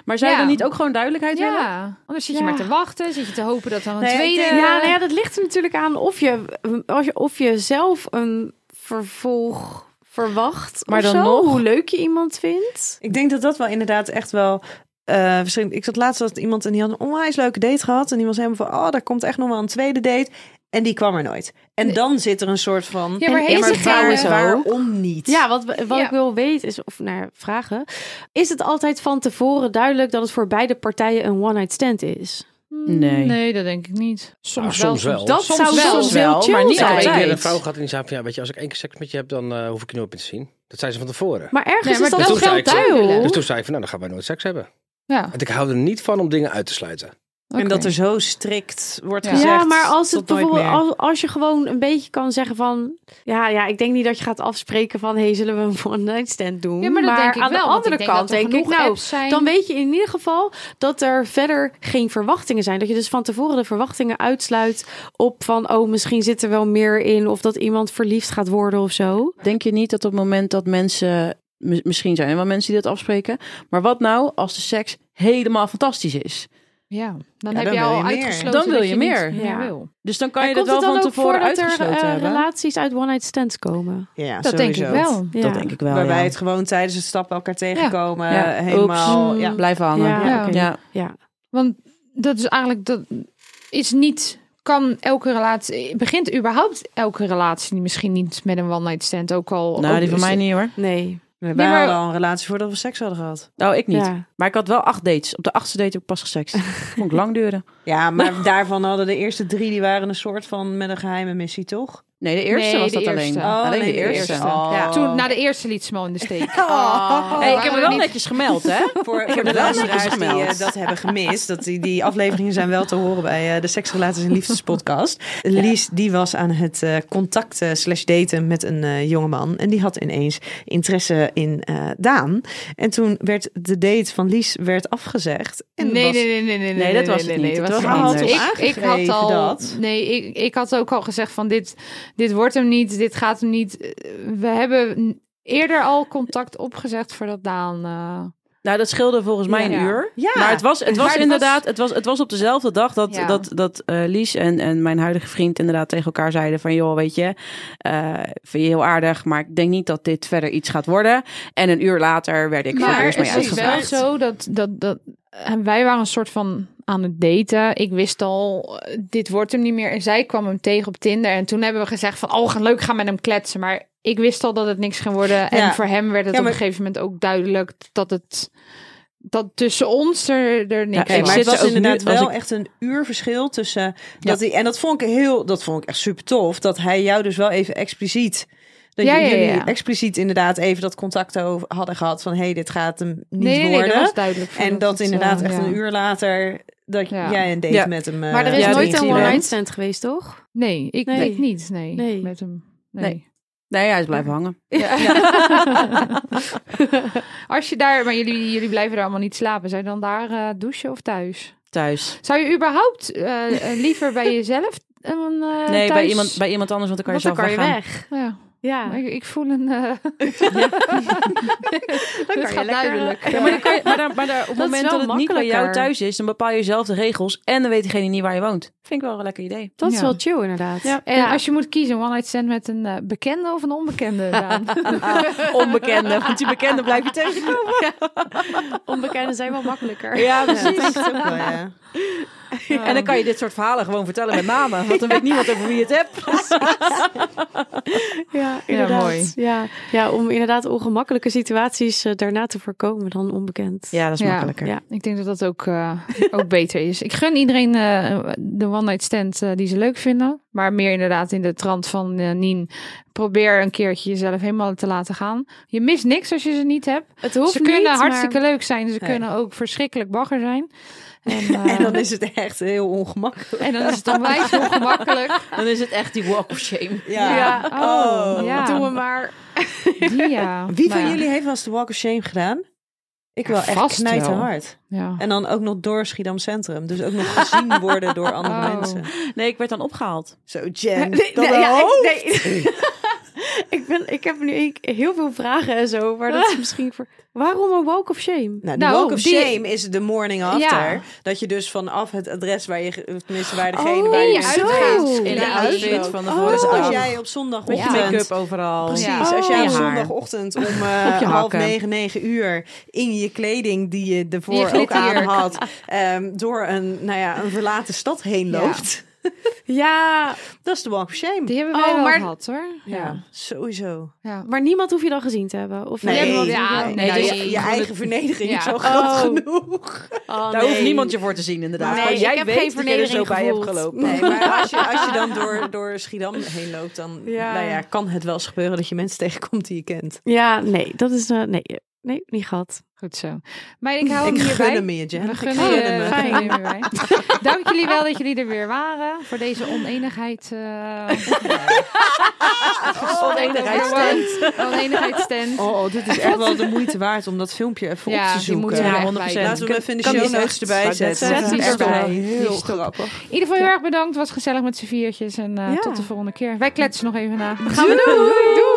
Speaker 2: Maar zou je
Speaker 4: Ja.
Speaker 2: dan niet ook gewoon duidelijkheid willen?
Speaker 4: Ja, anders zit je
Speaker 6: Ja.
Speaker 4: maar te wachten, zit je te hopen dat dan een
Speaker 3: Nee, ik
Speaker 4: tweede...
Speaker 3: denk-
Speaker 6: Ja, nou ja, dat ligt er natuurlijk aan of je, als je, of je zelf een vervolg verwacht.
Speaker 2: Maar
Speaker 6: of
Speaker 2: dan
Speaker 6: zo,
Speaker 2: nog-
Speaker 6: Hoe leuk je iemand vindt.
Speaker 3: Ik denk dat dat wel inderdaad echt wel. eh, verschillend. Ik zat laatst dat iemand en die had een onwijs leuke date gehad. En die was helemaal van, oh, daar komt echt nog wel een tweede date. En die kwam er nooit. En dan zit er een soort van.
Speaker 4: Ja, maar
Speaker 6: En-
Speaker 4: heeft
Speaker 6: maar
Speaker 4: het
Speaker 6: waar-
Speaker 4: geen- eh,
Speaker 3: trouwens, waarom niet?
Speaker 6: Ja, wat, we- wat
Speaker 4: Ja.
Speaker 6: ik wil weten is, of naar vragen, is het altijd van tevoren duidelijk dat het voor beide partijen een one-night stand is?
Speaker 2: Nee.
Speaker 4: Hmm, Nee, dat denk ik niet.
Speaker 5: Soms wel, Ah, soms wel. soms
Speaker 6: Dat
Speaker 5: Soms
Speaker 6: zou
Speaker 4: wel.
Speaker 6: soms
Speaker 4: Soms
Speaker 6: heel
Speaker 2: wel,
Speaker 6: chill
Speaker 2: maar niet
Speaker 5: Ik heb
Speaker 6: zijn.
Speaker 5: één keer een
Speaker 2: altijd.
Speaker 5: vrouw gehad en die zei van... ja, weet je, als ik één keer seks met je heb, dan eh, hoef ik je nooit meer te zien. Dat zei ze van tevoren.
Speaker 6: Maar ergens
Speaker 4: Nee, maar
Speaker 6: is dat
Speaker 4: dat
Speaker 6: toch
Speaker 5: is
Speaker 6: heel
Speaker 5: eigenlijk-
Speaker 6: duidelijk.
Speaker 5: Dus toen zei ik van, nou, dan gaan wij nooit seks hebben.
Speaker 4: Ja,
Speaker 5: Want ik hou er niet van om dingen uit te sluiten.
Speaker 3: En
Speaker 4: oké.
Speaker 3: dat er zo strikt wordt
Speaker 4: Ja.
Speaker 3: gezegd.
Speaker 6: ja, maar als het
Speaker 3: tot nooit
Speaker 6: bijvoorbeeld,
Speaker 3: meer.
Speaker 6: als, als je gewoon een beetje kan zeggen van, ja, ja, ik denk niet dat je gaat afspreken van, hey, zullen we een one night stand doen?
Speaker 4: Ja, maar dat denk ik
Speaker 6: aan
Speaker 4: wel,
Speaker 6: de
Speaker 4: want
Speaker 6: andere
Speaker 4: ik denk
Speaker 6: kant
Speaker 4: dat er
Speaker 6: denk ik,
Speaker 4: genoeg
Speaker 6: nou,
Speaker 4: apps zijn.
Speaker 6: dan weet je in ieder geval dat er verder geen verwachtingen zijn. Dat je dus van tevoren de verwachtingen uitsluit op van, oh, misschien zit er wel meer in of dat iemand verliefd gaat worden of zo.
Speaker 2: Denk je niet dat op het moment dat mensen... mi- Misschien zijn er wel mensen die dat afspreken. Maar wat nou als de seks helemaal fantastisch is?
Speaker 4: Ja, dan
Speaker 3: Ja,
Speaker 4: heb
Speaker 3: dan
Speaker 4: je
Speaker 3: wil
Speaker 4: al
Speaker 3: je meer.
Speaker 4: uitgesloten
Speaker 2: Dan wil
Speaker 4: dat
Speaker 2: je meer.
Speaker 4: niet
Speaker 6: Ja.
Speaker 4: wil.
Speaker 2: Dus dan kan
Speaker 6: Maar
Speaker 2: je dat
Speaker 6: komt
Speaker 2: wel
Speaker 6: het dan
Speaker 2: van
Speaker 6: ook voor
Speaker 2: tevoren
Speaker 6: dat er
Speaker 2: uitgesloten
Speaker 6: eh,
Speaker 2: hebben.
Speaker 6: relaties uit one night stands komen?
Speaker 3: Ja,
Speaker 4: Dat denk ik
Speaker 3: sowieso.
Speaker 4: wel.
Speaker 6: Ja.
Speaker 2: Dat denk ik wel,
Speaker 3: Waarbij
Speaker 2: ja.
Speaker 3: het gewoon tijdens het stappen elkaar tegenkomen.
Speaker 2: Ja.
Speaker 3: eh, Helemaal.
Speaker 6: Oeps.
Speaker 3: Ja.
Speaker 2: Blijf hangen.
Speaker 6: Ja,
Speaker 2: Ja.
Speaker 6: oké.
Speaker 2: Ja.
Speaker 6: Ja.
Speaker 4: Want dat is eigenlijk dat is niet kan elke relatie begint überhaupt elke relatie misschien niet met een one night stand ook al.
Speaker 2: Nou,
Speaker 4: ook
Speaker 2: die van
Speaker 4: is-
Speaker 2: mij niet hoor.
Speaker 6: Nee.
Speaker 3: Nee, wij
Speaker 6: Nee, maar-
Speaker 3: hadden al een relatie voordat we seks hadden gehad.
Speaker 2: Nou, ik niet.
Speaker 6: Ja.
Speaker 2: Maar ik had wel acht dates. Op de achtste date heb ik pas gesext. Vond ik lang duren.
Speaker 3: Ja, maar daarvan hadden de eerste drie, die waren een soort van met een geheime missie, toch?
Speaker 2: Nee, de eerste
Speaker 4: Nee,
Speaker 2: was
Speaker 4: de
Speaker 2: dat alleen.
Speaker 4: eerste.
Speaker 2: alleen
Speaker 3: Oh, nee,
Speaker 2: de eerste.
Speaker 3: Oh.
Speaker 4: Toen, na de eerste liet ze me al in de steek.
Speaker 2: Oh.
Speaker 4: Oh,
Speaker 2: Hey,
Speaker 6: Oh,
Speaker 2: ik heb me wel
Speaker 4: niet-
Speaker 2: netjes gemeld, hè?
Speaker 3: Voor,
Speaker 2: heb
Speaker 3: voor de
Speaker 2: het wel
Speaker 3: luisteraars
Speaker 2: netjes
Speaker 3: die
Speaker 2: gemeld.
Speaker 3: eh, dat hebben gemist, dat die, die afleveringen zijn wel te horen bij eh, de Seksrelaties en Liefdespodcast. Lies, die was aan het eh, contact eh, slash daten met een eh, jongeman en die had ineens interesse in eh, Daan. En toen werd de date van Lies werd afgezegd. En
Speaker 4: Nee,
Speaker 3: was-
Speaker 4: nee, nee, nee, nee,
Speaker 2: Nee, dat was het niet.
Speaker 4: dat
Speaker 2: Het
Speaker 3: was
Speaker 4: anders.
Speaker 3: anders.
Speaker 4: Ik, ik had
Speaker 3: Aangegeven
Speaker 4: al,
Speaker 3: dat.
Speaker 4: nee, ik, ik had ook al gezegd van dit, dit wordt hem niet, dit gaat hem niet. Eh, We hebben eerder al contact opgezegd voordat Daan. eh,
Speaker 2: Nou, dat scheelde volgens mij een
Speaker 4: Ja.
Speaker 2: uur.
Speaker 3: Ja.
Speaker 2: Maar het was, het
Speaker 4: Maar
Speaker 2: was
Speaker 4: het was-
Speaker 2: inderdaad, Het, was, het was op dezelfde dag dat,
Speaker 4: Ja.
Speaker 2: dat, dat eh, Lies en, en mijn huidige vriend inderdaad tegen elkaar zeiden van... joh, weet je, eh, vind je heel aardig, maar ik denk niet dat dit verder iets gaat worden. En een uur later werd ik voor het
Speaker 4: maar
Speaker 2: eerst
Speaker 4: het
Speaker 2: mee
Speaker 4: is wel
Speaker 2: uitgevraagd.
Speaker 4: zo dat, dat, dat en wij waren een soort van aan het daten. Ik wist al, eh, dit wordt hem niet meer. En zij kwam hem tegen op Tinder. En toen hebben we gezegd van, oh, gaan leuk, gaan met hem kletsen. Maar ik wist al dat het niks ging worden. En voor hem werd het
Speaker 3: Ja,
Speaker 4: op
Speaker 3: maar-
Speaker 4: een gegeven moment ook duidelijk dat het... Dat tussen ons er, er niks
Speaker 2: Ja,
Speaker 3: Nee,
Speaker 2: Ik
Speaker 3: maar
Speaker 4: was.
Speaker 3: het
Speaker 2: zit
Speaker 3: was
Speaker 2: er ook nu-
Speaker 3: inderdaad
Speaker 2: als
Speaker 3: wel
Speaker 2: ik-
Speaker 3: echt een uur verschil tussen. Dat hij, en dat vond ik heel, dat vond ik echt super tof. Dat hij jou dus wel even expliciet. Dat
Speaker 4: Ja,
Speaker 3: j-
Speaker 4: ja, ja.
Speaker 3: jullie expliciet inderdaad even dat contact over hadden gehad van hé, hey, dit gaat hem niet
Speaker 4: Nee, nee, nee,
Speaker 3: worden.
Speaker 4: dat was duidelijk.
Speaker 3: en
Speaker 4: voordat
Speaker 3: dat
Speaker 4: het,
Speaker 3: inderdaad
Speaker 4: eh,
Speaker 3: echt
Speaker 4: ja.
Speaker 3: een uur later dat
Speaker 4: Ja.
Speaker 3: jij een date
Speaker 2: Ja.
Speaker 3: met hem. eh,
Speaker 6: Maar er is
Speaker 2: Ja, dat
Speaker 6: nooit
Speaker 2: is
Speaker 6: een
Speaker 2: niet
Speaker 6: one-night
Speaker 2: bent.
Speaker 6: stand geweest, toch?
Speaker 4: Nee, ik,
Speaker 6: Nee.
Speaker 4: ik niet. Nee,
Speaker 6: Nee.
Speaker 4: met hem. Nee.
Speaker 2: Nee. Nee, hij is blijven hangen.
Speaker 4: Als je daar, maar jullie, jullie blijven daar allemaal niet slapen. Zou je dan daar eh, douchen of thuis?
Speaker 2: Thuis.
Speaker 4: Zou je überhaupt eh, eh, liever bij jezelf dan eh,
Speaker 2: Nee, bij
Speaker 4: thuis?
Speaker 2: iemand, bij iemand anders, want dan kan je
Speaker 6: Want dan
Speaker 2: zelf
Speaker 6: kan je
Speaker 2: weggaan.
Speaker 6: weg.
Speaker 4: Ja, maar
Speaker 6: Ja,
Speaker 4: ik, ik voel een... eh
Speaker 6: dan
Speaker 4: het gaat duidelijk.
Speaker 2: Ja, maar, dan kan je, maar, dan- maar dan- op het
Speaker 6: is
Speaker 2: moment
Speaker 6: wel
Speaker 2: dat het niet bij jou
Speaker 6: makkelijker.
Speaker 2: thuis is, dan bepaal je zelf de regels en dan weet diegene niet waar je woont. Vind ik wel een lekker idee.
Speaker 6: Dat is
Speaker 4: Ja.
Speaker 6: wel chill inderdaad.
Speaker 2: Ja.
Speaker 4: En als je moet kiezen, one night stand met een eh, bekende of een onbekende? Daan?
Speaker 2: Onbekende, want die bekende blijf je tegenkomen.
Speaker 6: Onbekenden zijn wel makkelijker.
Speaker 2: Ja,
Speaker 3: dat denk ik ook wel, ja.
Speaker 2: En dan kan je dit soort verhalen gewoon vertellen met namen. Want dan weet niemand over wie je het hebt.
Speaker 6: Ja, inderdaad. Ja,
Speaker 4: mooi.
Speaker 6: Ja. om inderdaad ongemakkelijke situaties eh, daarna te voorkomen dan onbekend.
Speaker 2: dat
Speaker 4: is makkelijker.
Speaker 6: Ja.
Speaker 4: Ik denk dat dat ook, eh, ook beter is. Ik gun iedereen eh, de one-night stand eh, die ze leuk vinden. Maar meer inderdaad in de trant van eh, Nien. Probeer een keertje jezelf helemaal te laten gaan. Je mist niks als je ze niet hebt.
Speaker 6: Het hoeft
Speaker 4: ze kunnen
Speaker 6: niet,
Speaker 4: hartstikke
Speaker 6: maar...
Speaker 4: leuk zijn. Ze
Speaker 3: Nee.
Speaker 4: kunnen ook verschrikkelijk bagger zijn. En, eh,
Speaker 3: En dan is het echt heel ongemakkelijk.
Speaker 4: en dan is het onwijs ongemakkelijk.
Speaker 2: Dan is het echt die walk of shame.
Speaker 3: Ja.
Speaker 6: Ja.
Speaker 4: Oh,
Speaker 3: Oh.
Speaker 4: ja.
Speaker 6: Doen we maar.
Speaker 4: Die, ja.
Speaker 3: Wie
Speaker 4: Maar
Speaker 3: van
Speaker 4: ja.
Speaker 3: jullie heeft wel eens de walk of shame gedaan? Ik wel echt
Speaker 4: Vast
Speaker 3: knijten
Speaker 4: wel.
Speaker 3: hard.
Speaker 4: Ja.
Speaker 3: En dan ook nog door Schiedam Centrum. Dus ook nog gezien worden door andere
Speaker 4: Oh.
Speaker 3: mensen.
Speaker 2: Nee, ik werd dan opgehaald.
Speaker 3: Zo, Jen.
Speaker 6: Nee,
Speaker 3: dat
Speaker 6: nee,
Speaker 3: wel.
Speaker 6: ja, ik, nee. ik, ben, ik heb nu één keer heel veel vragen en zo, maar dat is misschien voor... Waarom een walk of shame?
Speaker 3: Nou, de
Speaker 4: Nou,
Speaker 3: walk of
Speaker 4: die-
Speaker 3: shame is de morning after.
Speaker 4: Ja.
Speaker 3: Dat je dus vanaf het adres waar je, ge- of tenminste waar degene
Speaker 6: Oh,
Speaker 3: waar
Speaker 4: in
Speaker 3: je
Speaker 4: je uitgaat.
Speaker 3: bent,
Speaker 4: In
Speaker 2: In
Speaker 4: de
Speaker 2: de
Speaker 3: Ja,
Speaker 2: outfit
Speaker 3: ook.
Speaker 2: van de
Speaker 3: Oh,
Speaker 2: vorige
Speaker 3: dus
Speaker 2: dag.
Speaker 3: als jij op
Speaker 2: Met je
Speaker 3: zondagochtend...
Speaker 4: Ja.
Speaker 2: make-up overal.
Speaker 3: Precies,
Speaker 4: Ja.
Speaker 3: als
Speaker 2: In
Speaker 3: jij
Speaker 2: je
Speaker 3: op
Speaker 2: haar.
Speaker 3: zondagochtend om eh,
Speaker 2: Op je
Speaker 3: half
Speaker 2: hakken.
Speaker 3: negen, negen uur in je kleding die
Speaker 4: Die
Speaker 3: je ervoor
Speaker 4: je
Speaker 3: ook aan
Speaker 4: glitterjurk.
Speaker 3: had, ehm, door een, nou ja, een verlaten stad heen
Speaker 4: Ja.
Speaker 3: loopt,
Speaker 6: Ja,
Speaker 3: dat is de walk of shame.
Speaker 4: Die hebben
Speaker 6: Oh,
Speaker 4: wij wel
Speaker 6: maar-
Speaker 4: gehad hoor.
Speaker 3: Ja, sowieso.
Speaker 4: ja.
Speaker 6: maar niemand hoef je dan gezien te hebben. Of
Speaker 4: Nee.
Speaker 6: Ja,
Speaker 4: wel-
Speaker 3: ja,
Speaker 4: nee,
Speaker 3: nee,
Speaker 4: dus
Speaker 3: je,
Speaker 4: je-
Speaker 3: je
Speaker 4: je
Speaker 3: eigen vernedering is
Speaker 4: Ja.
Speaker 3: al groot
Speaker 6: Oh.
Speaker 3: genoeg.
Speaker 6: oh,
Speaker 2: Daar
Speaker 6: nee.
Speaker 2: hoeft niemand je voor te zien, inderdaad.
Speaker 6: Nee,
Speaker 2: Want
Speaker 6: ik
Speaker 2: jij
Speaker 6: heb
Speaker 2: weet
Speaker 6: geen
Speaker 2: dat je er zo
Speaker 6: vernedering
Speaker 2: bij hebt
Speaker 6: gevoeld.
Speaker 2: gelopen.
Speaker 3: Nee, maar als je, als je dan door, door Schiedam heen loopt, dan
Speaker 6: Ja.
Speaker 3: Nou ja, kan het wel eens gebeuren dat je mensen tegenkomt die je kent.
Speaker 6: Ja, nee, dat is... eh, nee, nee, niet gehad.
Speaker 4: Goed zo. Maar ik hou
Speaker 3: ik
Speaker 4: hem hierbij.
Speaker 3: gun hem je, Jen.
Speaker 4: We
Speaker 3: Ik
Speaker 4: gunnen
Speaker 3: gun
Speaker 4: je,
Speaker 3: hem.
Speaker 4: we
Speaker 6: Fijn.
Speaker 4: gunnen je hierbij. Dank jullie wel dat jullie er weer waren. Voor deze oneenigheid. eh
Speaker 2: oneenigheid.
Speaker 4: Oneenigheid stand.
Speaker 3: Oh, oh, dit is echt wel de moeite waard om dat filmpje even op
Speaker 4: Ja,
Speaker 3: te
Speaker 4: die
Speaker 3: zoeken.
Speaker 4: moeten we
Speaker 2: Ja,
Speaker 4: echt
Speaker 2: 100%.
Speaker 4: bij.
Speaker 3: Laten we hem even in de
Speaker 2: Kan
Speaker 3: show
Speaker 2: die
Speaker 3: notes
Speaker 2: echt
Speaker 3: erbij
Speaker 2: waar
Speaker 3: zetten.
Speaker 2: zetten?
Speaker 3: Dat is
Speaker 4: Zet die
Speaker 3: echt wel
Speaker 4: erbij.
Speaker 3: heel
Speaker 4: Die stopt.
Speaker 3: grappig.
Speaker 4: In ieder geval heel erg bedankt. Het was gezellig met z'n viertjes. En eh,
Speaker 6: Ja.
Speaker 4: tot de volgende keer. Wij kletsen nog even na.
Speaker 6: Gaan we doen. Doei.